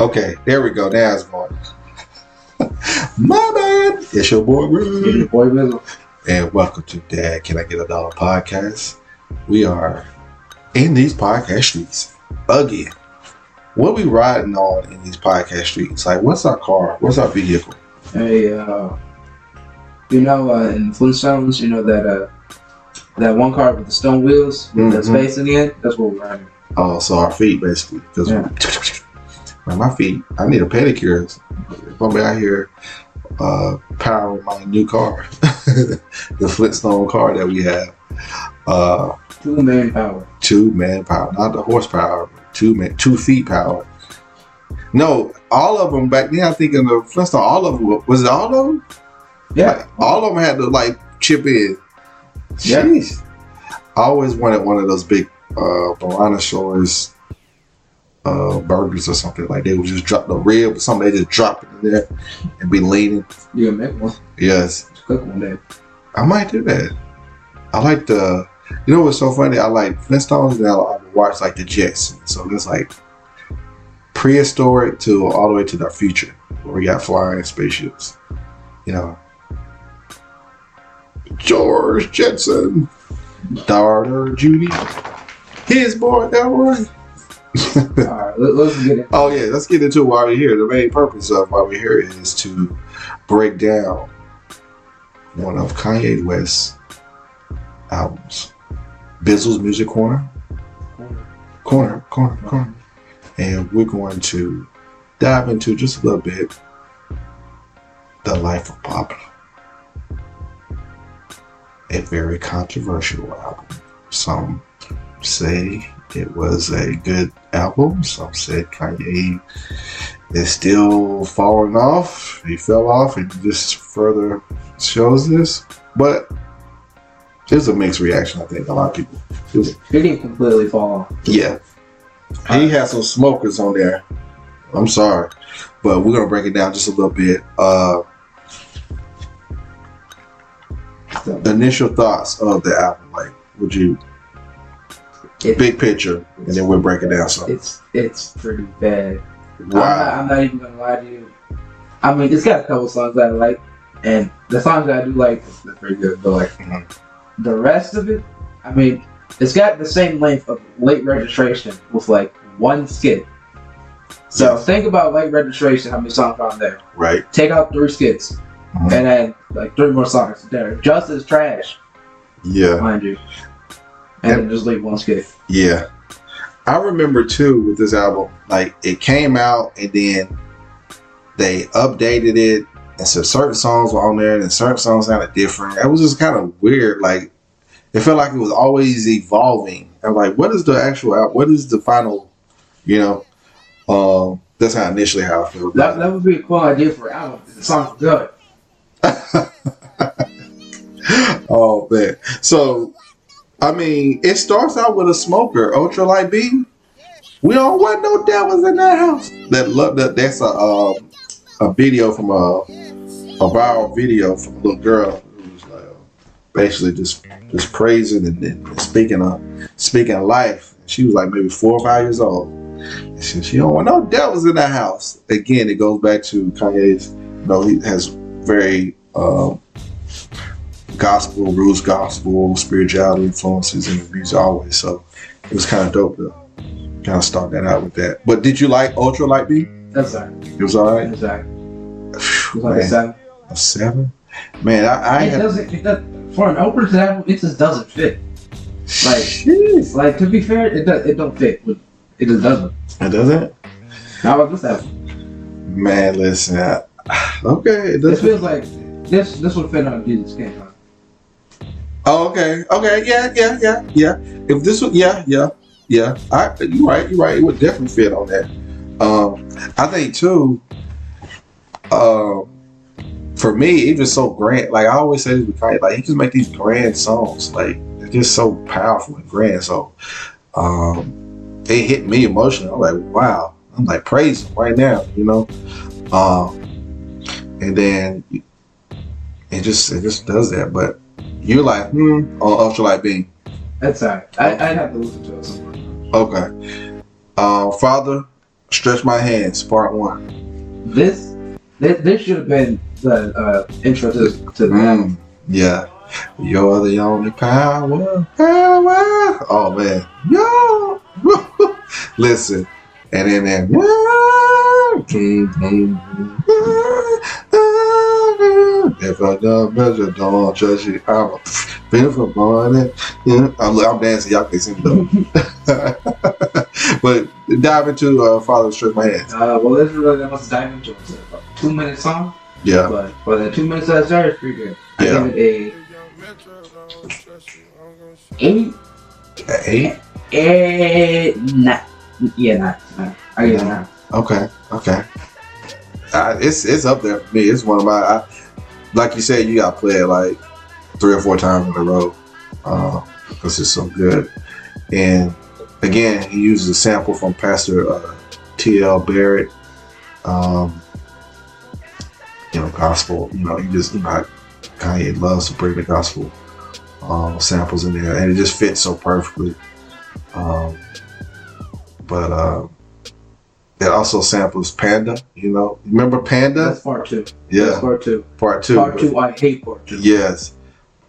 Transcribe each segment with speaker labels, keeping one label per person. Speaker 1: Okay, there we go. Now it's going. My bad. It's your boy
Speaker 2: It's
Speaker 1: Rude.
Speaker 2: your boy Bizzle.
Speaker 1: And welcome to Dad Can I Get a Dollar Podcast. We are in these podcast streets again. What we riding on in these podcast streets? Like, what's our car? What's our vehicle?
Speaker 2: Hey, uh, you know, uh, in Flintstones, you know that uh, that one car with the stone wheels with the
Speaker 1: Mhm.
Speaker 2: space in the end. That's what we're riding.
Speaker 1: Oh, so our feet, basically. Because
Speaker 2: Yeah.
Speaker 1: man, my feet, I need a pedicure. If I'm out here uh, powering my new car, the Flintstone car that we have. Uh,
Speaker 2: Two manpower.
Speaker 1: two manpower, not the horsepower, but two man, two feet power. No, all of them back then. I think in the Flintstone, all of them were- was it all of them?
Speaker 2: Yeah.
Speaker 1: All of them had to like chip in.
Speaker 2: Yeah.
Speaker 1: Jeez. I always wanted one of those big uh Brontosaurus uh burgers or something. Like they would just drop the rib or something, they just drop it in there and be leaning.
Speaker 2: You can make one.
Speaker 1: Yes.
Speaker 2: Just cook one day.
Speaker 1: I might do that. I like the. You know what's so funny? I like Flintstones and I I watch like the Jetsons. So it's like prehistoric to all the way to the future, where we got flying spaceships. You know, George Jetson, daughter Judy, his boy Elroy.
Speaker 2: All right, let, let's get it.
Speaker 1: Oh yeah, let's get into why we're here. The main purpose of why we're here is to break down one of Kanye West's albums, Bizzle's Music Corner, corner, corner, corner, and we're going to dive into just a little bit the life of Pablo, a very controversial album. Some say it was a good album. Some said Kanye is still falling off. He fell off, and this further shows this. But there's a mixed reaction. I think a lot of people.
Speaker 2: It didn't completely fall off.
Speaker 1: Yeah, he has some smokers on there. I'm sorry, but we're gonna break it down just a little bit. Uh, the initial thoughts of the album, like, would you
Speaker 2: It-
Speaker 1: big picture, and then we'll break it down. So,
Speaker 2: It's it's pretty bad.
Speaker 1: wow.
Speaker 2: I'm, not, I'm not even gonna lie to you. I mean, it's got a couple songs that I like, and the songs that I do like, they're pretty good. But like
Speaker 1: Mhm.
Speaker 2: the rest of it, I mean, it's got the same length of late registration with like one skit. So
Speaker 1: Yes.
Speaker 2: think about late registration, how many songs are on there.
Speaker 1: right?
Speaker 2: Take out three skits,
Speaker 1: Mhm.
Speaker 2: and then like three more songs that are just as trash,
Speaker 1: Yeah,
Speaker 2: mind you. And then just leave one skit.
Speaker 1: yeah. I remember too with this album, like it came out and then they updated it, and so certain songs were on there, and then certain songs sounded different. It was just kind of weird. Like it felt like it was always evolving. I'm like, what is the actual out? What is the final? You know, um, that's how initially how I feel.
Speaker 2: That,
Speaker 1: about it.
Speaker 2: that would be a cool idea for an album. The song's good.
Speaker 1: oh man. So I mean, it starts out with a smoker, ultra light beam. We don't want no devils in that house. That love that that's a um, a video from a a viral video from a little girl who was like basically just just praising and, and speaking of speaking of life. She was like maybe four or five years old. And she, she don't want no devils in that house. Again, it goes back to Kanye's. You know, he has very um, gospel, roots gospel, spirituality influences in his music always. So it was kind of dope to kind of start that out with that. But did you like Ultra Light Beam?
Speaker 2: That's all right.
Speaker 1: It was all right.
Speaker 2: That's all right. It was like a
Speaker 1: Man,
Speaker 2: seven.
Speaker 1: a seven? Man, I, I
Speaker 2: it
Speaker 1: had.
Speaker 2: doesn't. It does, for an opener to that, it just doesn't fit. like-
Speaker 1: Jeez.
Speaker 2: Like to be fair, it does. It don't fit. with- It just doesn't.
Speaker 1: It doesn't?
Speaker 2: How about this album?
Speaker 1: Man, listen. I, okay, it
Speaker 2: This
Speaker 1: doesn't.
Speaker 2: feels like this. This would fit on Jesus King. Huh?
Speaker 1: Oh, okay, okay, yeah, yeah, yeah, yeah. If this was, yeah, yeah, yeah. I, you're right, you're right. It would definitely fit on that. Um, I think too. Um, for me, it was so grand. Like I always say, this with Kanye, like he just make these grand songs. Like they're just so powerful and grand. So, um, it hit me emotionally. I'm like, wow. I'm like, praise him right now. You know. Um, and then it just it just does that, but. You're like, hmm, on ultralight beam.
Speaker 2: That's all right. I, I'd have to listen to it. Somewhere.
Speaker 1: Okay. Uh, father, Stretch My Hands, Part One.
Speaker 2: This this, this should have been the uh, intro to to the
Speaker 1: Mm,
Speaker 2: album.
Speaker 1: yeah. You're the only power, power. Oh man, yo. Listen, and then that. mm, mm, If I don't measure, don't judge it. I'm a beautiful boy. Yeah, I'm, I'm dancing. Y'all can see me though. but dive into uh, Father Stretch My Hands.
Speaker 2: Uh, well, this is really the most dive into it. It's a two minute song,
Speaker 1: Yeah.
Speaker 2: but for the two minutes that I started, it's pretty good. I
Speaker 1: Yeah.
Speaker 2: give it a eight,
Speaker 1: Eight.
Speaker 2: eight, nine. Yeah, nine. nine. I give it a nine.
Speaker 1: Okay, okay. Uh, it's it's up there for me. It's one of my, I, like you said, you got to play it like three or four times in a row because it's so good. And again, he uses a sample from Pastor uh, T.L. Barrett. Um, you know, gospel. You know, he just you know Kanye loves to bring the gospel um, samples in there, and it just fits so perfectly. Um, but uh, it also samples Panda. You know, remember Panda?
Speaker 2: That's part two. That's
Speaker 1: Yeah,
Speaker 2: part two.
Speaker 1: part two.
Speaker 2: Part two. I hate part two.
Speaker 1: Yes,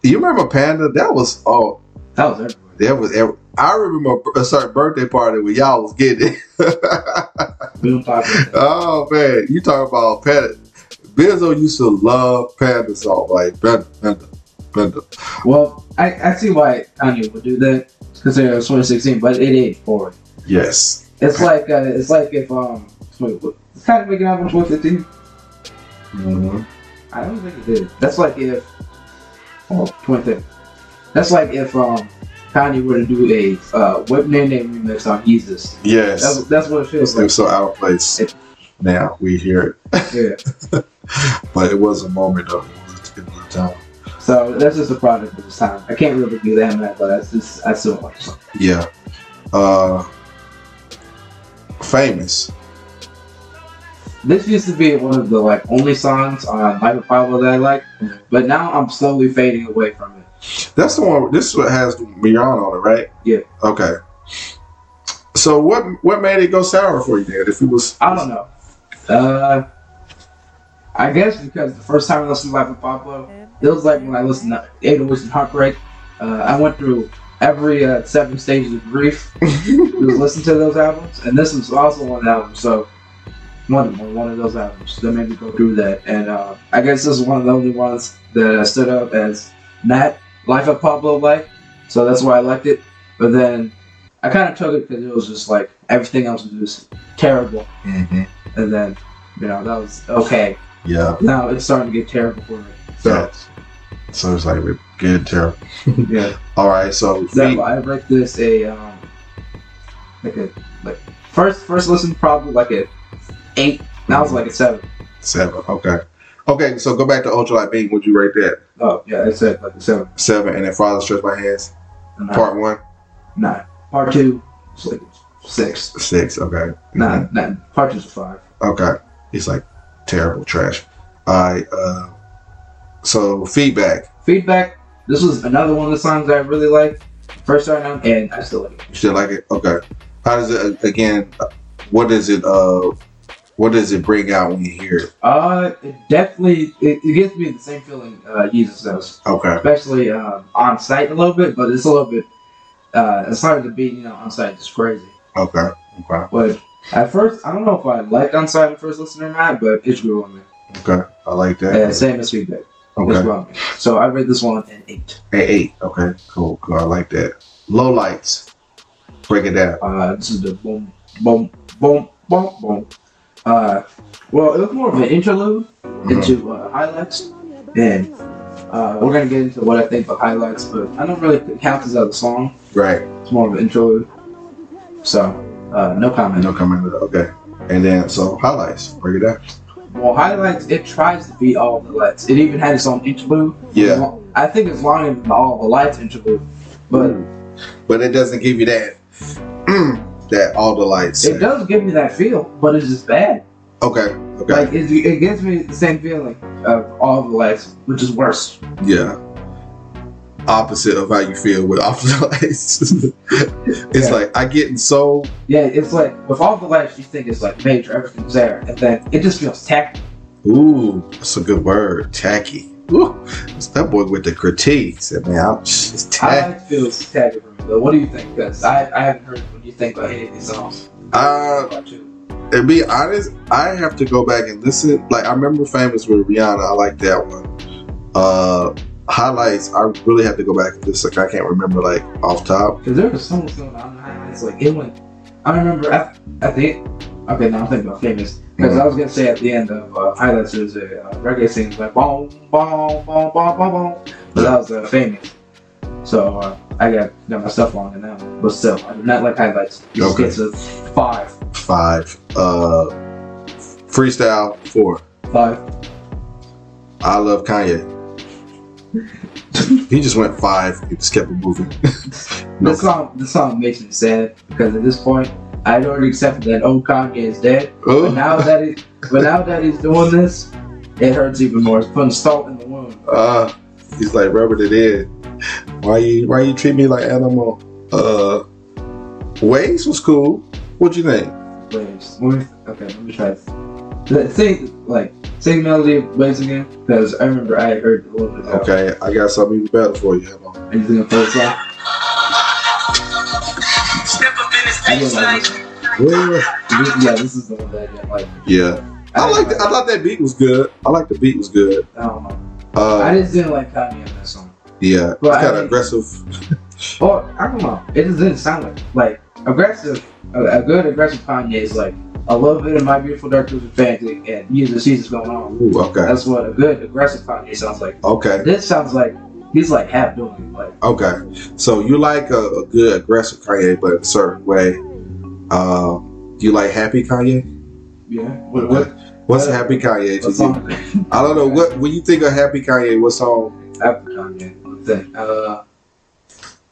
Speaker 1: you remember Panda? That was oh,
Speaker 2: That was everywhere.
Speaker 1: that was. ev- I remember a certain birthday party where y'all was getting it.
Speaker 2: We don't talk about that.
Speaker 1: Oh man, you talk about Panda. Benzo used to love Panda song, like Panda, Panda, Panda.
Speaker 2: Well, I, I see why Kanye would do that because it was 2016, but it ain't forward.
Speaker 1: Yes.
Speaker 2: It's like uh, it's like if um, wait, what- it's kind of making up on 2015.
Speaker 1: Mm-hmm.
Speaker 2: I don't think it did. That's like if oh, 2015. That's like if um, Kanye were to do a uh, Whip Name Name remix on Jesus. That's
Speaker 1: Yes.
Speaker 2: that's what it feels
Speaker 1: It
Speaker 2: like.
Speaker 1: was so out of place.
Speaker 2: It-
Speaker 1: Now we hear
Speaker 2: Yeah.
Speaker 1: it, but it was a moment though. It was a- it was a time.
Speaker 2: So that's just a product of its time. I can't really do that, man, but that's just I still like. it.
Speaker 1: Yeah. Uh, famous.
Speaker 2: This used to be one of the like only songs on Life of Pablo that I like, but now I'm slowly fading away from it.
Speaker 1: That's the one. This is what has Rihanna on it, right?
Speaker 2: Yeah.
Speaker 1: Okay. So what what made it go sour for you, Dad? If it was,
Speaker 2: I don't know. Uh, I guess because the first time I listened to Life of Pablo, it was like when I listened to 808s and Heartbreak. Uh, I went through every uh, seven stages of grief. was listening to those albums, and this was also one album. So one one one of those albums that made me go through that. And uh, I guess this is one of the only ones that I stood up as not Life of Pablo like. So that's why I liked it. But then I kind of took it because it was just like everything else was just terrible.
Speaker 1: Mhm.
Speaker 2: And then you know that was okay.
Speaker 1: Yeah.
Speaker 2: Now it's starting to get terrible for me. So
Speaker 1: So it's like we're good, terrible.
Speaker 2: yeah.
Speaker 1: All right, so
Speaker 2: So
Speaker 1: fe-
Speaker 2: I rate this a um, like a like first first listen probably like a eight. Now it's like a seven.
Speaker 1: seven. Okay, okay. So go back to Ultralight Beam. Would you rate that
Speaker 2: Oh yeah, it's a, like a seven.
Speaker 1: seven? And then Father Stretch My Hands,
Speaker 2: And Part
Speaker 1: Part One,
Speaker 2: nine. Part two it's like a six.
Speaker 1: six. Okay,
Speaker 2: Nine nine. Part two's a five.
Speaker 1: Okay, he's like terrible trash. I uh, so feedback.
Speaker 2: Feedback. This was another one of the songs I really liked. First starting out, and I still like it.
Speaker 1: You still like it? Okay. How does it again? What does it uh? What does it bring out when you hear it?
Speaker 2: Uh, it definitely it, it gives me the same feeling uh, Jesus does.
Speaker 1: Okay.
Speaker 2: especially um, on site a little bit, but it's a little bit. Uh, it's hard to be, you know, on site. It's crazy.
Speaker 1: Okay. Okay.
Speaker 2: But at first, I don't know if I liked on site at first listening or not, but it grew on me.
Speaker 1: Okay. I like that.
Speaker 2: Yeah, same as feedback. It
Speaker 1: Okay.
Speaker 2: grew on me. So I rate this one an eight.
Speaker 1: Hey, eight. Okay. Cool. Cool. I like that. Low lights. Break it down.
Speaker 2: Uh, this is the boom, boom, boom, boom, boom. Uh, well, it was more of an interlude
Speaker 1: Mm-hmm.
Speaker 2: into uh, highlights, and uh, we're gonna get into what I think of highlights, but I don't really count this as a song.
Speaker 1: Uh-huh. Right.
Speaker 2: It's more of an interlude. So, uh, no comment.
Speaker 1: No comment. Okay. And then so highlights. Break it down.
Speaker 2: Well, highlights it tries to be all the lights. It even had its own interlude.
Speaker 1: Yeah.
Speaker 2: Lo- I think it's longer than all the lights interlude, but
Speaker 1: Mm. But it doesn't give you that that all the lights.
Speaker 2: it does give me that feel. But it's just bad.
Speaker 1: Okay. Okay.
Speaker 2: Like it, it gives me the same feeling of all the lights, which is worse.
Speaker 1: yeah. opposite of how you feel with Afterlife. it's
Speaker 2: Yeah.
Speaker 1: like I getting so
Speaker 2: Yeah, it's like with all the lights you think it's like major, everything's there, and then it just feels tacky.
Speaker 1: ooh, that's a good word, tacky. Ooh, it's that boy with the critique said, "Man, I'm, it's
Speaker 2: I
Speaker 1: tacky."
Speaker 2: like feels tacky for me. But what do you think? Because I, I haven't heard what you think about any of these songs.
Speaker 1: Uh,
Speaker 2: What about you?
Speaker 1: to be honest, I have to go back and listen. Like I remember "Famous" with Rihanna. I like that one. Uh, highlights. I really have to go back and listen. I can't remember like off top.
Speaker 2: Because there were songs going on behind It's like it went. I remember at, at the okay now I'm thinking about famous because I was gonna say at the end of uh, highlights there's a uh, reggae singing like boom boom boom boom boom boom, but that was uh, famous. So uh, I got got my stuff wrong in that, one. but still I do not like highlights. It
Speaker 1: Okay.
Speaker 2: gets a five.
Speaker 1: Five. Uh, freestyle four.
Speaker 2: Five.
Speaker 1: I love Kanye. he just went five. He just kept it moving. no,
Speaker 2: This song, this song makes me sad because at this point, I'd already accepted that old Kanye is dead.
Speaker 1: oh,
Speaker 2: But now that he, but now that he's doing this, it hurts even more. It's putting salt in the wound.
Speaker 1: uh, he's like Robert it in. Why you Why you treat me like animal? Uh, Waze was cool. What you think?
Speaker 2: Waves. Let me, okay, let me try. this. The- Sing like sing melody of waves again because I remember I heard a little bit. Of it.
Speaker 1: Okay, I got something even better for you. Hold on.
Speaker 2: Are you thinking first song?
Speaker 3: Step up in this
Speaker 2: I
Speaker 3: bitch
Speaker 2: didn't like
Speaker 3: like
Speaker 2: this.
Speaker 1: Yeah.
Speaker 2: This- Yeah, this is the one that I didn't like.
Speaker 1: Yeah, I
Speaker 2: didn't
Speaker 1: like. I thought that beat was good. I like the beat was good.
Speaker 2: I don't know. I
Speaker 1: Uh,
Speaker 2: just didn't like Kanye in that song.
Speaker 1: yeah, it's
Speaker 2: But I
Speaker 1: kind of
Speaker 2: think-
Speaker 1: aggressive.
Speaker 2: Or I don't know. It just didn't sound like like aggressive. A, a good aggressive Kanye is like a little bit of my beautiful dark twisted fantasy and years and seasons going on.
Speaker 1: Ooh, okay,
Speaker 2: That's what a good aggressive Kanye sounds like.
Speaker 1: okay.
Speaker 2: This sounds like he's like half doing it. Like
Speaker 1: Okay, so you like a, a good aggressive Kanye, but in a certain way. Uh, you like happy Kanye?
Speaker 2: yeah. What what?
Speaker 1: What's
Speaker 2: Yeah.
Speaker 1: happy Kanye to
Speaker 2: what
Speaker 1: you?
Speaker 2: song?
Speaker 1: I don't know what when you think of happy Kanye. What song?
Speaker 2: Happy Kanye. What thing? Uh,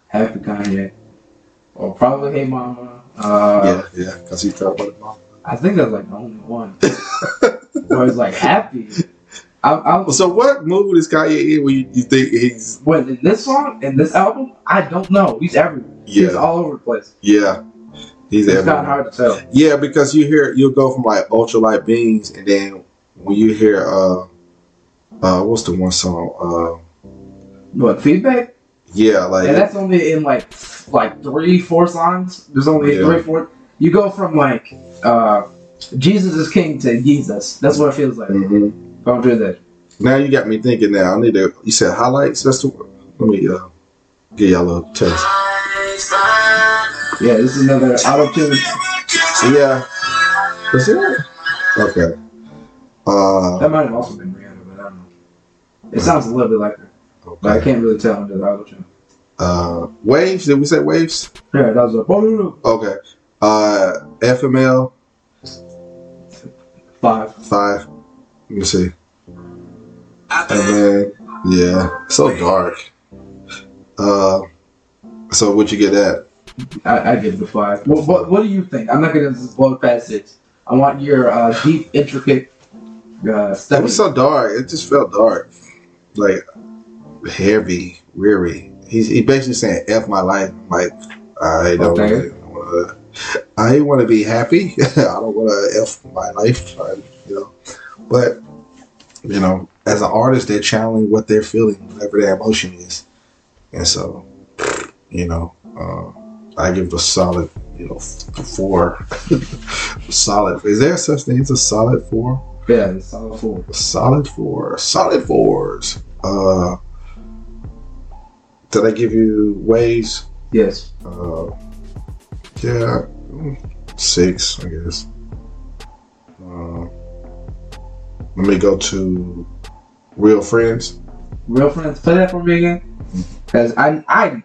Speaker 2: happy Kanye. Or probably Hey Mama. Uh,
Speaker 1: yeah, yeah, because he's talking about it now.
Speaker 2: I think that's like the only one. Where it's like happy. I, I,
Speaker 1: So what mood is Kanye in when you, you think he's?
Speaker 2: When in this song and this album, I don't know. He's everywhere. He's
Speaker 1: Yeah,
Speaker 2: all over the place.
Speaker 1: yeah, he's
Speaker 2: It's not
Speaker 1: everywhere.
Speaker 2: hard to tell.
Speaker 1: Yeah, because you hear you'll go from like ultralight beams, and then when you hear uh, uh, what's the one song? Uh,
Speaker 2: But feedback,
Speaker 1: yeah, like
Speaker 2: and that's only in like like three, four songs. There's only
Speaker 1: Yeah.
Speaker 2: three, four. You go from like uh, Jesus is King to Jesus. That's what it feels like.
Speaker 1: Mhm.
Speaker 2: Going through that.
Speaker 1: Now you got me thinking. Now I need to. You said highlights. That's the. Let me uh, give y'all a little test.
Speaker 2: Yeah, this is another auto tune.
Speaker 1: Yeah. Is it? Okay. Uh.
Speaker 2: That might have also been Rihanna, but I don't know. It sounds a little bit like her, but I
Speaker 1: Okay.
Speaker 2: can't really tell under the auto tune.
Speaker 1: Uh. Waves. Did we say waves?
Speaker 2: Yeah, that was a oh, no, no.
Speaker 1: Okay. Uh. FML
Speaker 2: five.
Speaker 1: five. Let me see. And then yeah. So dark. Uh. So what'd you get at?
Speaker 2: I, I give it a five. What, what, what do you think? I'm not gonna just blow it past six. I want your uh, deep, intricate uh,
Speaker 1: That
Speaker 2: study.
Speaker 1: was so dark. It just felt dark. Like heavy, weary. He's he basically saying F my life. I'm like, I don't
Speaker 2: Okay.
Speaker 1: really wanna I wanna be happy. I don't wanna F my life. I, you know. But you know, as an artist they're channeling what they're feeling, whatever their emotion is. And so you know, uh, I give it a solid, you know, f- four. solid. Is there such thing as a solid four?
Speaker 2: yeah, it's solid four.
Speaker 1: Solid four. Solid fours. Uh, did I give you ways?
Speaker 2: Yes.
Speaker 1: Uh, yeah, mm, six, I guess. Uh, let me go to real friends.
Speaker 2: Real friends, play that for me again. Cause I, I.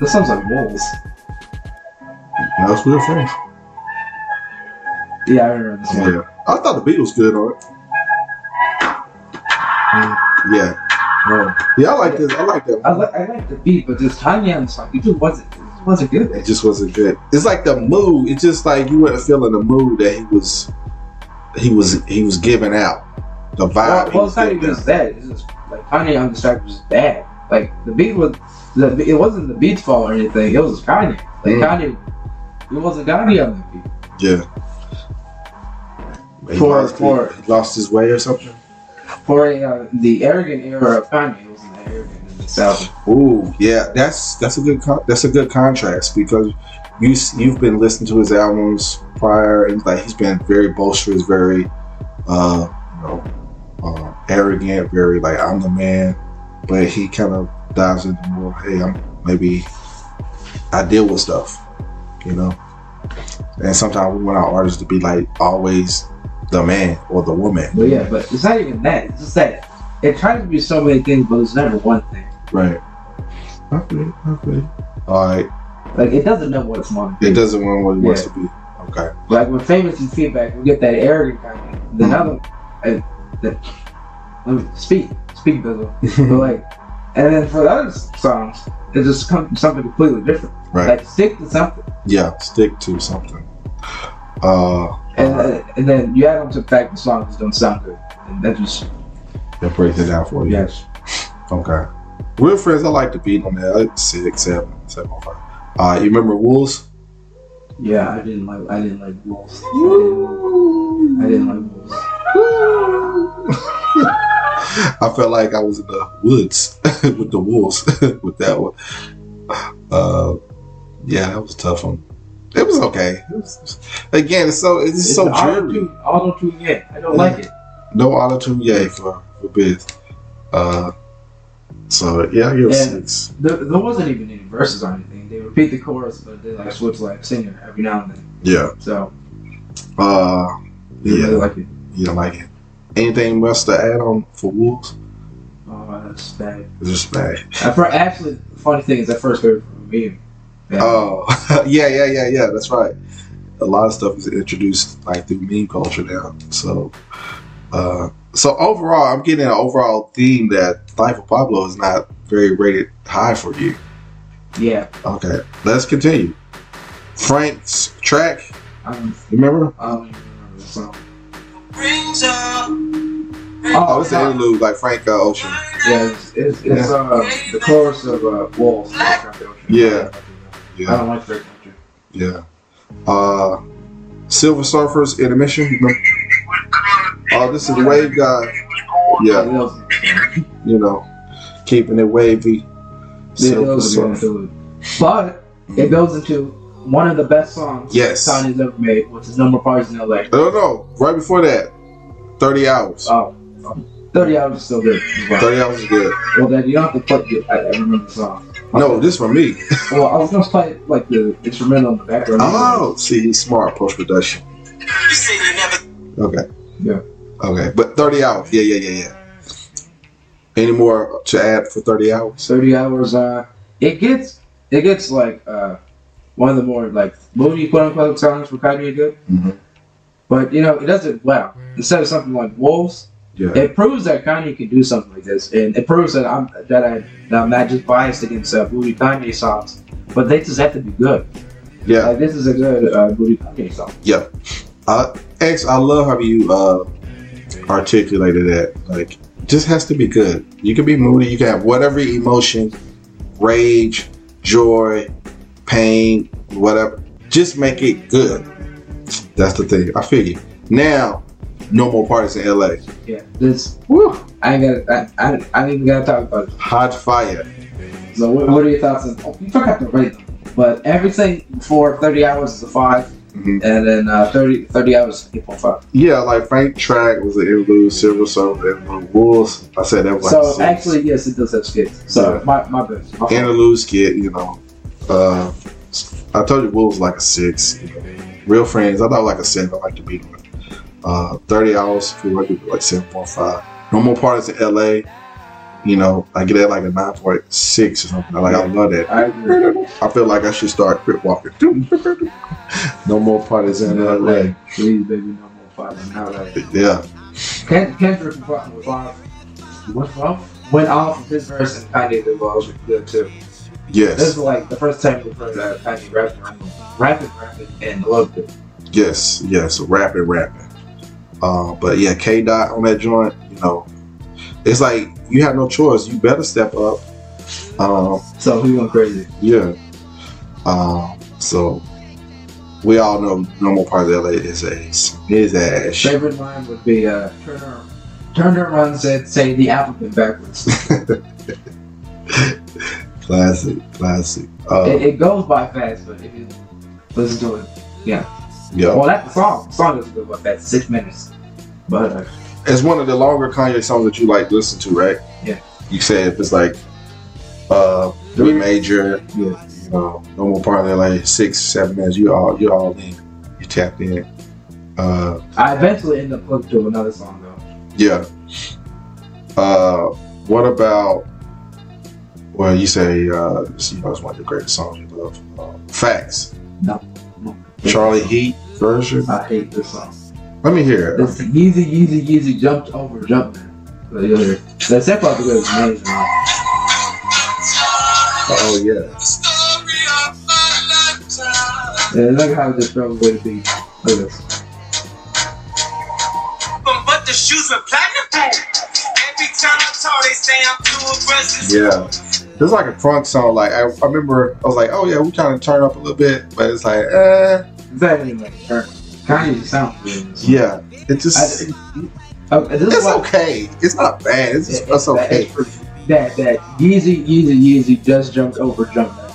Speaker 2: This sounds like wolves.
Speaker 1: No, it's real friends.
Speaker 2: Yeah, I remember this one.
Speaker 1: Yeah, I thought the beat was good on it. Mm, Yeah,
Speaker 2: Bro.
Speaker 1: yeah, I like this. I like that.
Speaker 2: I like, I like the beat, but this Kanye on the song, it just wasn't, it just wasn't good.
Speaker 1: It just wasn't good. It's like the mood. It's just like you weren't feeling the mood that he was, he was, he was giving out. The vibe.
Speaker 2: Well,
Speaker 1: he
Speaker 2: well,
Speaker 1: was
Speaker 2: it's not
Speaker 1: giving
Speaker 2: even
Speaker 1: out.
Speaker 2: just that. It's just Like Kanye on the track was bad. Like the beat was the it wasn't the beat's fault or anything. It was Kanye. Like
Speaker 1: Mm.
Speaker 2: Kanye, it wasn't Kanye on that beat.
Speaker 1: Yeah. He
Speaker 2: For-
Speaker 1: lost,
Speaker 2: for-
Speaker 1: he lost his way or something.
Speaker 2: For uh, the arrogant era of Kanye, it wasn't that arrogant in this album.
Speaker 1: Ooh, yeah, that's that's a good con- that's a good contrast because you s- you've been listening to his albums prior and like he's been very boisterous, very uh you know uh, arrogant, very like I'm the man, but he kind of dives into more hey I'm maybe I deal with stuff, you know, and sometimes we want our artists to be like always the man or the woman,
Speaker 2: But yeah, but it's not even that. It's just that it tries to be so many things, but it's never one thing.
Speaker 1: right? Okay, okay, all right.
Speaker 2: Like it doesn't know what it's want to
Speaker 1: It
Speaker 2: be.
Speaker 1: doesn't want what it wants to be. Okay.
Speaker 2: Like when famous and feedback, we get that arrogant Kanye. The other, uh, the, let me speak, speak, Bizzle.
Speaker 1: Mm-hmm.
Speaker 2: But like, and then for the other songs, it just comes something completely different.
Speaker 1: Right.
Speaker 2: Like stick to something,
Speaker 1: yeah, stick to something. Uh,
Speaker 2: and uh, and then you add on to the fact the songs just don't sound good, and that just
Speaker 1: that breaks it down for you.
Speaker 2: yes.
Speaker 1: Okay. Real friends, I like to beat on that. I like six, seven, seven, five. Uh, you remember Wolves?
Speaker 2: Yeah, I didn't like I didn't like wolves. I didn't, I didn't like wolves.
Speaker 1: I felt like I was in the woods with the wolves with that one. Uh, yeah, that was a tough one. It was okay. It was, again, it's so it's, so dreary.
Speaker 2: auto tune yet. I don't
Speaker 1: Yeah.
Speaker 2: like it.
Speaker 1: No auto tune, yay for for biz. Uh, so yeah, I give it
Speaker 2: Yeah.
Speaker 1: six.
Speaker 2: There, there wasn't even any verses or anything. They repeat the chorus, but they like switch like singer every now and then.
Speaker 1: Yeah.
Speaker 2: So
Speaker 1: Uh,
Speaker 2: didn't
Speaker 1: yeah,
Speaker 2: really like it.
Speaker 1: you don't like it. Anything else to add on for Wolves?
Speaker 2: Oh, that's bad.
Speaker 1: It's just bad.
Speaker 2: I fir- actually, the funny thing is, I first heard it from me. Yeah.
Speaker 1: Oh, yeah, yeah, yeah, yeah. That's right. A lot of stuff is introduced like through meme culture now. So, uh, so overall, I'm getting an overall theme that Life of Pablo is not very rated high for you.
Speaker 2: yeah.
Speaker 1: Okay, let's continue. Frank's track,
Speaker 2: I don't,
Speaker 1: you remember?
Speaker 2: I don't even remember the song.
Speaker 3: Rings up.
Speaker 1: Oh, it's an
Speaker 2: uh,
Speaker 1: interlude like Frank uh, Ocean.
Speaker 2: Yeah, it's, it's, it's
Speaker 1: Yeah.
Speaker 2: Uh, the chorus of uh, Wolves.
Speaker 1: Yeah.
Speaker 2: I
Speaker 1: Yeah,
Speaker 2: don't like Drake Country.
Speaker 1: yeah. Uh, Silver Surfer's intermission. You remember? Oh, this is Wave Guy. Yeah,
Speaker 2: That was-
Speaker 1: you know, keeping it wavy.
Speaker 2: that
Speaker 1: Silver
Speaker 2: was a good
Speaker 1: Surfer.
Speaker 2: interlude. But it goes into one of the best songs
Speaker 1: Yes.
Speaker 2: Kanye's ever made, which is No More Parties in LA.
Speaker 1: No, no. Right before that, thirty hours.
Speaker 2: Oh, 30 hours is still good. as well.
Speaker 1: Thirty hours is good.
Speaker 2: Well, then you don't have to play the, I, I remember the song.
Speaker 1: No, this for me.
Speaker 2: Well, I was going to play like the instrumental in the background.
Speaker 1: Oh, see, he's smart post production.
Speaker 3: You say you never
Speaker 1: Okay.
Speaker 2: Yeah.
Speaker 1: Okay, but thirty hours. Yeah, yeah, yeah, yeah. Any more to add for thirty hours?
Speaker 2: 30 hours, uh, it gets, it gets like, uh, one of the more like moody quote unquote songs for Kanye good.
Speaker 1: Mhm.
Speaker 2: But, you know, it doesn't, wow. Instead of something like Wolves,
Speaker 1: Yeah.
Speaker 2: it proves that Kanye can do something like this, and it proves that I'm that I that I'm not just biased against uh, Booty Kanye songs, but they just have to be good.
Speaker 1: Yeah.
Speaker 2: Like this is a good uh, Booty Kanye song.
Speaker 1: X, I love how you uh, articulated that. Like, just has to be good. You can be moody. You can have whatever emotion, rage, joy, pain, whatever. Just make it good. That's the thing. I feel you. Now, no more parties in LA.
Speaker 2: Yeah, this
Speaker 1: Woo!
Speaker 2: I ain't got I, I, I ain't even gotta talk about it.
Speaker 1: Hot fire.
Speaker 2: So what, what are your thoughts on? Oh, you forgot to rate them, but everything before 30 hours is a 5
Speaker 1: Mhm.
Speaker 2: and then uh, 30 30 hours is eight point five.
Speaker 1: Yeah, like Frank Track was an interlude, Silver Surfer, interlude, Wolves. I said that was like
Speaker 2: so
Speaker 1: six.
Speaker 2: actually, yes, it does have skits. So
Speaker 1: Yeah.
Speaker 2: my my bad. My fault.
Speaker 1: Interludes get, you know, uh, I told you Wolves like a six. You know. Real Friends, I thought like a seven. I like to beat them. Uh, 30 hours, feel like it was like 7.5. No More Parties in LA, you know, I get that like a 9.6 or something. Like, I love that.
Speaker 2: I agree.
Speaker 1: I feel like I should start quit walking. no More Parties in LA.
Speaker 2: Please, baby, no more fighting. All right.
Speaker 1: Yeah.
Speaker 2: Ken- Kendrick was fucking with Bob. What's wrong? Went off of his verse and Kanye did well. was good too. This is
Speaker 1: Yes.
Speaker 2: like the first time we've heard that Kanye rapping, rapping, rapping, and loved it.
Speaker 1: Yes. Yes. Rapping, rapping. Uh, but yeah, K Dot on that joint, you know, it's like you have no choice. You better step up. Um,
Speaker 2: So we went crazy.
Speaker 1: yeah. Um, so we all know normal part of LA is ass. Is ass.
Speaker 2: Favorite line would be uh, Turner. Turner runs and say the alphabet backwards.
Speaker 1: Classic, classic. Uh,
Speaker 2: it, it goes by fast, but if you listen to it,
Speaker 1: yeah.
Speaker 2: well, that's the song. The song doesn't go by fast. Six minutes, but uh,
Speaker 1: It's one of the longer Kanye songs that you like listen to, right?
Speaker 2: Yeah.
Speaker 1: You said it's like uh three major,
Speaker 2: yeah.
Speaker 1: you know, normal part of LA, six, seven minutes, you all you all in. You tapped in. Uh
Speaker 2: I eventually end up hooked to another song though.
Speaker 1: Yeah. Uh, what about? Well, you say uh, you know it's one of the greatest songs you love. Uh, Facts. Charlie Heat version.
Speaker 2: I hate this song.
Speaker 1: Let me hear it.
Speaker 2: This Yeezy Yeezy Yeezy jumped over jump man. So, you'll hear- The step out the is amazing. man.
Speaker 1: Oh yeah.
Speaker 2: And look how this trouble way to be. Look at this.
Speaker 3: But the shoes with platinum pads. Every time I talk, they say I'm too aggressive.
Speaker 1: Yeah. It's like a crunk song. Like I, I remember, I was like, oh yeah, we're trying to turn up a little bit, but it's like, eh.
Speaker 2: Is that anyway? Turn. Kanye just sounds good. in this song.
Speaker 1: Yeah. It just.
Speaker 2: I- okay, oh, this is
Speaker 1: it's
Speaker 2: why-
Speaker 1: okay. It's not bad. It's, just, it's
Speaker 2: that-
Speaker 1: okay.
Speaker 2: That that Yeezy Yeezy Yeezy just jumped over jump man.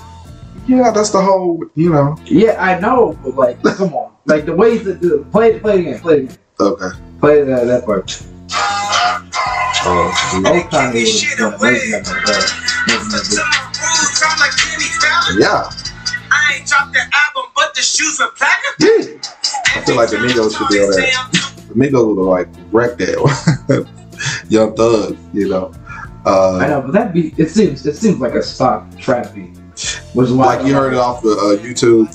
Speaker 1: Yeah, that's the whole. You know.
Speaker 2: Yeah, I know, but like, come on, like the way to do play play it again, play it again,
Speaker 1: Okay.
Speaker 2: play that that part.
Speaker 1: Oh,
Speaker 2: Oh,
Speaker 1: yeah.
Speaker 2: Kanye was amazing at that.
Speaker 3: Some rules, I'm like Jimmy Fallon.
Speaker 1: yeah.
Speaker 3: I ain't dropped the album, but the shoes with platinum.
Speaker 1: Yeah.
Speaker 3: I
Speaker 1: feel like the Migos should be on that. Migos would like wrecked that Young Thug, you know. Uh,
Speaker 2: I know, but that beat it seems it seems like a stock trap beat, which is why
Speaker 1: Like you heard it off the uh, YouTube.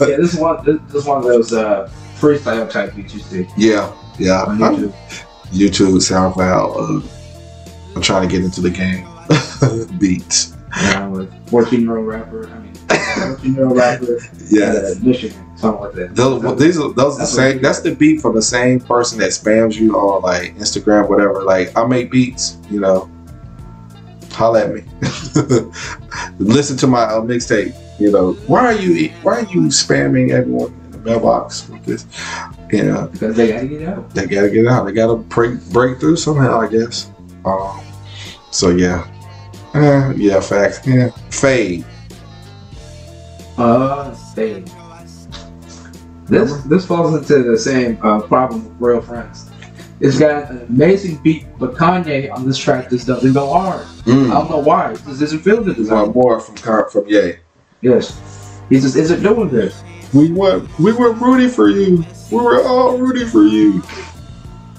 Speaker 2: Yeah, this is one this, this is one of those uh, freestyle type beats you see
Speaker 1: yeah, yeah.
Speaker 2: on
Speaker 1: I'm-
Speaker 2: YouTube.
Speaker 1: YouTube, SoundCloud. Uh, I'm trying to get into the game. Beats.
Speaker 2: And I'm a 14 year old rapper. I mean, 14 year old rapper.
Speaker 1: Yeah.
Speaker 2: uh, Michigan, something like that.
Speaker 1: Those, well, these are, those are the
Speaker 2: That's
Speaker 1: same.
Speaker 2: what-
Speaker 1: That's the beat from the same person that spams you on like Instagram, whatever. Like I make beats, you know. Holla at me. Listen to my uh, mixtape. You know why are you why are you spamming everyone in the mailbox with this? You know
Speaker 2: because they gotta get out.
Speaker 1: they gotta get out. They gotta break break through somehow, I guess. Um, so yeah, Eh, yeah, facts. Yeah, fade.
Speaker 2: Uh, stay. This this falls into the same uh, problem with real friends. It's got an amazing beat, but Kanye on this track just doesn't go hard. I
Speaker 1: Mm.
Speaker 2: don't know why. It just isn't feeling the
Speaker 1: We
Speaker 2: design.
Speaker 1: want more from Car- from Ye.
Speaker 2: Yes, he just isn't doing this.
Speaker 1: We want we were rooting for you. We were all rooting for you.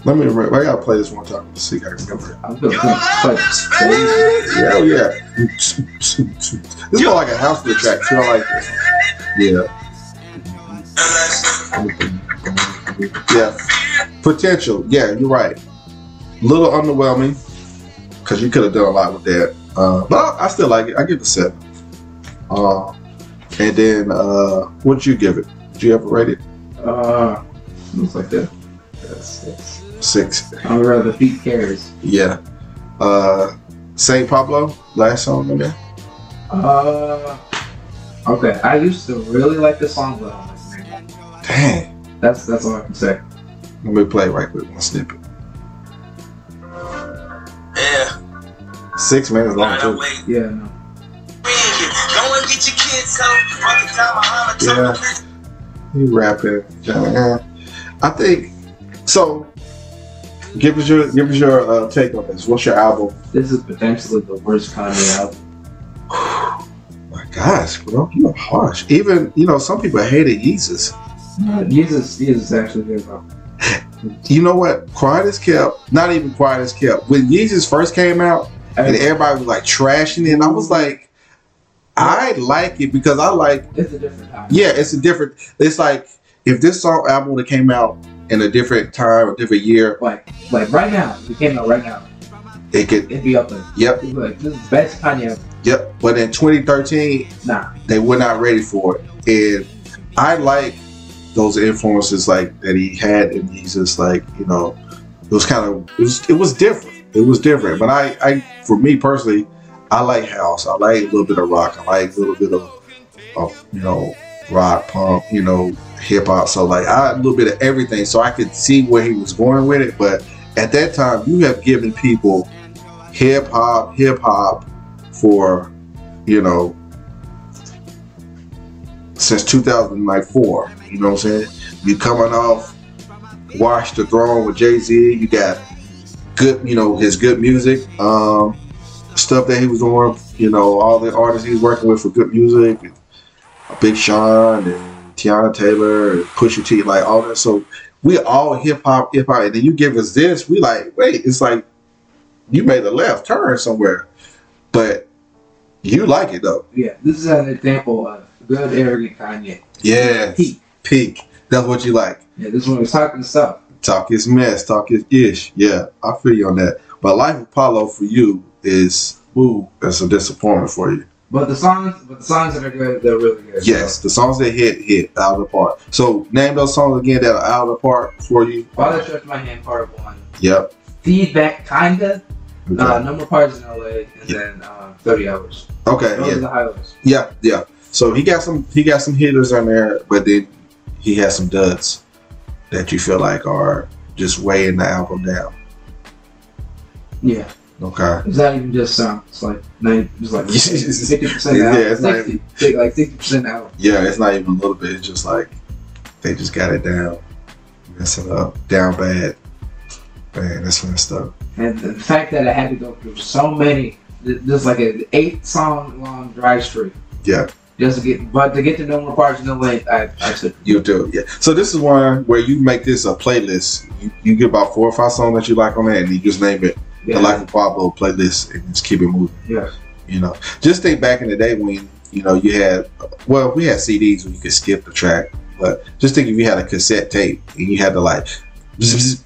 Speaker 1: Let me. re- I gotta play this one time to see if I can remember. it.
Speaker 2: I'm gonna
Speaker 3: Your
Speaker 2: play. play.
Speaker 3: love is fading.
Speaker 1: Yeah, oh, yeah. This is more like a house beat track too. I like this. Yeah. Yeah. Potential. Yeah, you're right. Little underwhelming because you could have done a lot with that. Uh, but I, I still like it. I give it a seven. Uh, and then uh, what'd you give it? Did you ever rate it?
Speaker 2: Uh, looks like that. That's, that's,
Speaker 1: Six.
Speaker 2: I'd rather beat carries.
Speaker 1: Yeah. Uh, Saint Pablo, last song on there.
Speaker 2: Uh, okay. I used to really like this song, but I don't like it anymore.
Speaker 1: Dang.
Speaker 2: that's that's all I can say.
Speaker 1: Let me play right quick one snippet.
Speaker 3: Yeah,
Speaker 1: Six minutes long
Speaker 3: Nah,
Speaker 1: too.
Speaker 3: that way
Speaker 2: Yeah, no.
Speaker 3: Go and get your kids, son. All the time
Speaker 1: Yeah.
Speaker 3: I'm
Speaker 1: He rapping. Uh, I think so. Give us your give us your uh, take on this. What's your album?
Speaker 2: This is potentially the worst Kanye album.
Speaker 1: My gosh, bro, you're harsh. Even you know some people hated Jesus.
Speaker 2: Uh,
Speaker 1: Mm.
Speaker 2: Jesus, Jesus is actually good, bro.
Speaker 1: You know what? Quiet is kept. Not even quiet is kept. When Jesus first came out, and
Speaker 2: I-
Speaker 1: everybody was like trashing it, and I was like, I like it because I like
Speaker 2: It's a different time.
Speaker 1: yeah, it's a different. It's like if this song album that came out in a different time, a different year,
Speaker 2: Like, like right now, if it came out right now,
Speaker 1: it could.
Speaker 2: it'd be up there.
Speaker 1: Yep,
Speaker 2: It'd be like, this is the best Kanye album.
Speaker 1: yep. But in 2013,
Speaker 2: Nah.
Speaker 1: they were not ready for it. And I like those influences like that he had in Jesus, like, you know, it was kind of it was, it was different. It was different. But I, I for me personally, I like house. I like a little bit of rock. I like a little bit of, of you know, rock, punk, you know, hip hop. So like I a little bit of everything. So I could see where he was going with it. But at that time, you have given people hip hop, hip hop for, you know, since 2004. You know what I'm saying? You coming off Watch the Throne with Jay Z. You got good, you know, his good music, um, stuff that he was doing. You know, all the artists he's working with for good music, and Big Sean and Tiana Taylor and Pusha T, like all that. So we all hip hop, hip hop, and then you give us this, we like, wait, it's like you made a left turn somewhere, but you like it though.
Speaker 2: Yeah, this is an example of good arrogant Kanye.
Speaker 1: Yes,
Speaker 2: He,
Speaker 1: peak. That's what you like.
Speaker 2: yeah, this one was talking stuff.
Speaker 1: talk is mess, talk is ish. Yeah, I feel you on that. But Life of Apollo for you is ooh, that's a disappointment for you.
Speaker 2: But the songs, but the songs that are good, they're really good.
Speaker 1: Yes, the songs that hit hit out of the park. So name those songs again that are out of the park for you.
Speaker 2: So, Father Stretch My Hand Part One,
Speaker 1: Yep.
Speaker 2: Feedback Kinda,
Speaker 1: Okay.
Speaker 2: uh, No More Parties in L.A., and
Speaker 1: Yeah.
Speaker 2: then uh, Thirty Hours.
Speaker 1: okay.
Speaker 2: Those
Speaker 1: Yeah.
Speaker 2: are the highlights.
Speaker 1: Yeah. Yeah. So he got some he got some hitters on there, but then he has some duds that you feel like are just weighing the album down.
Speaker 2: Yeah,
Speaker 1: Okay.
Speaker 2: it's not even just sound. It's like nine, it's like sixty percent.
Speaker 1: Yeah,
Speaker 2: Yeah,
Speaker 1: it's not
Speaker 2: sixty, big, like sixty percent out.
Speaker 1: yeah, it's not even a little bit. It's just like they just got it down, messing up, down bad. Man, that's messed up.
Speaker 2: And the fact that I had to go through so many, th- just like an eight song long drive street,
Speaker 1: Yeah,
Speaker 2: just to get, but to get to No More Parties in L.A., I, I took.
Speaker 1: you do. it, Yeah. So this is one where you make this a playlist. You, you get about four or five songs that you like on that, and you just name it
Speaker 2: Yeah,
Speaker 1: the Life of Pablo playlist, and just keep it moving.
Speaker 2: yeah,
Speaker 1: You know, just think back in the day when you know you had well, we had CDs where you could skip the track, but just think if you had a cassette tape and you had to like zzz, zzz,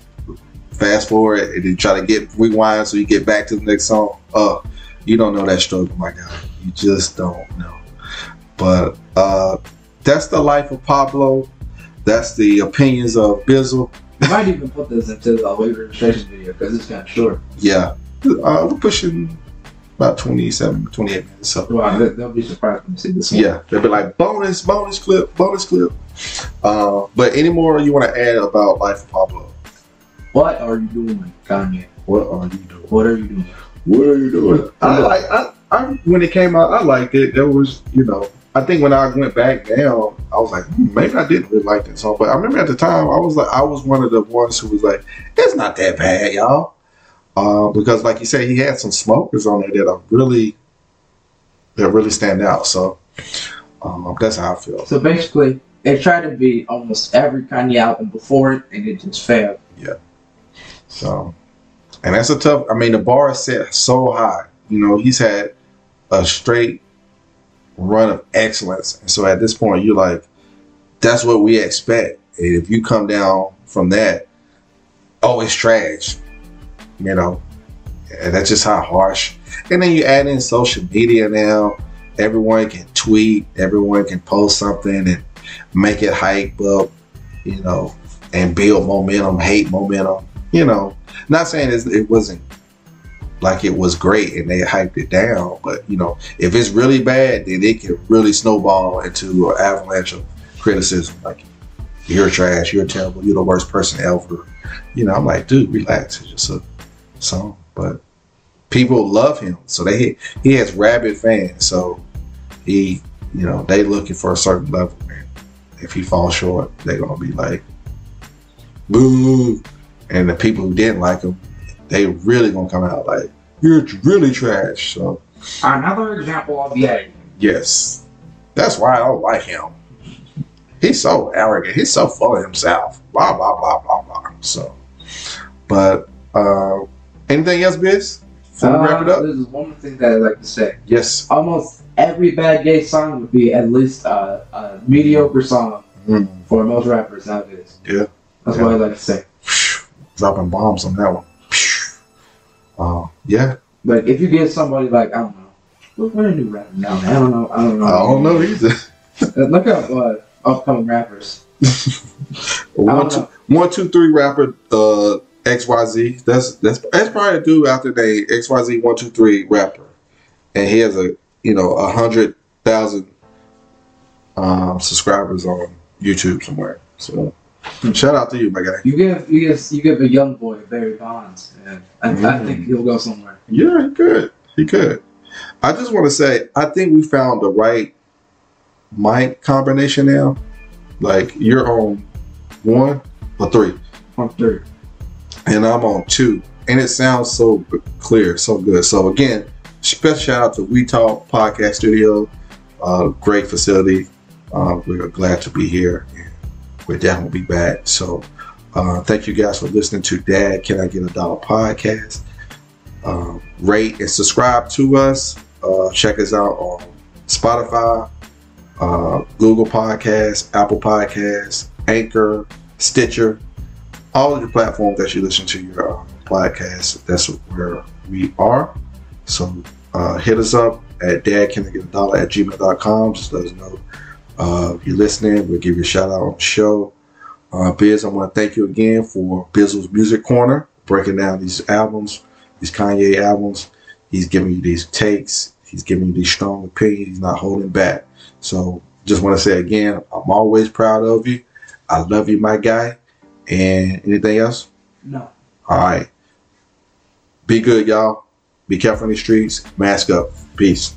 Speaker 1: fast forward and then try to get rewind so you get back to the next song. Uh, you don't know that struggle, my guy. You just don't know. But uh, that's the life of Pablo. That's the opinions of Bizzle.
Speaker 2: we might even put this into the waiver registration video because it's kind of short.
Speaker 1: Yeah, uh, we're pushing about 27, 28 minutes. So
Speaker 2: Wow, they- they'll be surprised when they see this one.
Speaker 1: Yeah, they'll be like bonus, bonus clip, bonus clip. Uh, but any more you want to add about Life of Pablo?
Speaker 2: What are you doing, Kanye?
Speaker 1: What are you doing?
Speaker 2: What uh, are you doing?
Speaker 1: What are you doing? I like I, I when it came out, I liked it. There was you know I think when I went back now, I was like hmm, maybe I didn't really like that song, but I remember at the time I was like I was one of the ones who was like it's not that bad, y'all. Uh, because like you said, he had some smokers on there that are really that really stand out. So um, that's how I feel.
Speaker 2: So basically, they tried to be almost every Kanye album before it, and it just failed.
Speaker 1: So, and that's a tough. I mean, the bar is set so high. You know, he's had a straight run of excellence, and so at this point, you're like, that's what we expect. And if you come down from that, oh, it's trash. You know, and that's just how harsh. And then you add in social media now. Everyone can tweet. Everyone can post something and make it hype up. You know, and build momentum, hate momentum. You know, not saying it's, it wasn't like it was great and they hyped it down, but you know, if it's really bad, then it can really snowball into an avalanche of criticism. Like, you're trash, you're terrible, you're the worst person ever. You know, I'm like, dude, relax. It's just a song, but people love him, so they he has rabid fans, so he, you know, they looking for a certain level. Man, if he falls short, they're gonna be like, boo and the people who didn't like him, they really gonna come out like you're really trash. So
Speaker 2: Another example of yeah,
Speaker 1: yes, that's why I don't like him. He's so arrogant. He's so full of himself. Blah blah blah blah blah. So, but uh, anything else, Biz? Before we wrap it
Speaker 2: Uh,
Speaker 1: up,
Speaker 2: There's one more thing that I'd like to say.
Speaker 1: yes.
Speaker 2: Almost every Bad Gay song would be at least uh, a mediocre song
Speaker 1: Mm,
Speaker 2: for most rappers nowadays.
Speaker 1: Yeah.
Speaker 2: That's
Speaker 1: Yeah.
Speaker 2: what I'd like to say.
Speaker 1: dropping bombs on that one. Uh, yeah,
Speaker 2: Like, if you give somebody, like, I don't know, what what a new rapper now? man? I don't know. I don't know.
Speaker 1: I don't know either.
Speaker 2: Uh, Look up uh, upcoming rappers. I
Speaker 1: One
Speaker 2: don't
Speaker 1: two,
Speaker 2: know.
Speaker 1: one two three rapper uh, XYZ. That's that's that's probably a dude out there named XYZ one two three rapper, and he has a you know a hundred thousand um, subscribers on YouTube somewhere. So shout out to you, my guy.
Speaker 2: You give you give you give a young boy Barry Bonds, and I, I
Speaker 1: Mm.
Speaker 2: think he'll go somewhere.
Speaker 1: Yeah, he could. He could. I just want to say I think we found the right mic combination now. Like you're on one or three,
Speaker 2: From three.
Speaker 1: and I'm on two, and it sounds so b- clear, so good. So again, special shout out to We Talk Podcast Studio, uh, great facility. Uh, we're glad to be here. We're down. We'll be back. So uh, thank you guys for listening to Dad Can I Get a Dollar podcast. Um, rate and subscribe to us. Uh, check us out on Spotify, uh, Google Podcasts, Apple Podcasts, Anchor, Stitcher, all of the platforms that you listen to your uh, podcast. That's where we are. So uh, hit us up at dadcanigadollar at gmail.com. Just let us know uh, if you're listening. We'll give you a shout out on the show. Uh, Biz, I want to thank you again for Bizzle's Music Corner, breaking down these albums, these Kanye albums. He's giving you these takes. He's giving you these strong opinions. He's not holding back. So just want to say again, I'm always proud of you. I love you, my guy. And anything else?
Speaker 2: No.
Speaker 1: All right. Be good, y'all. Be careful in the streets. Mask up. Peace.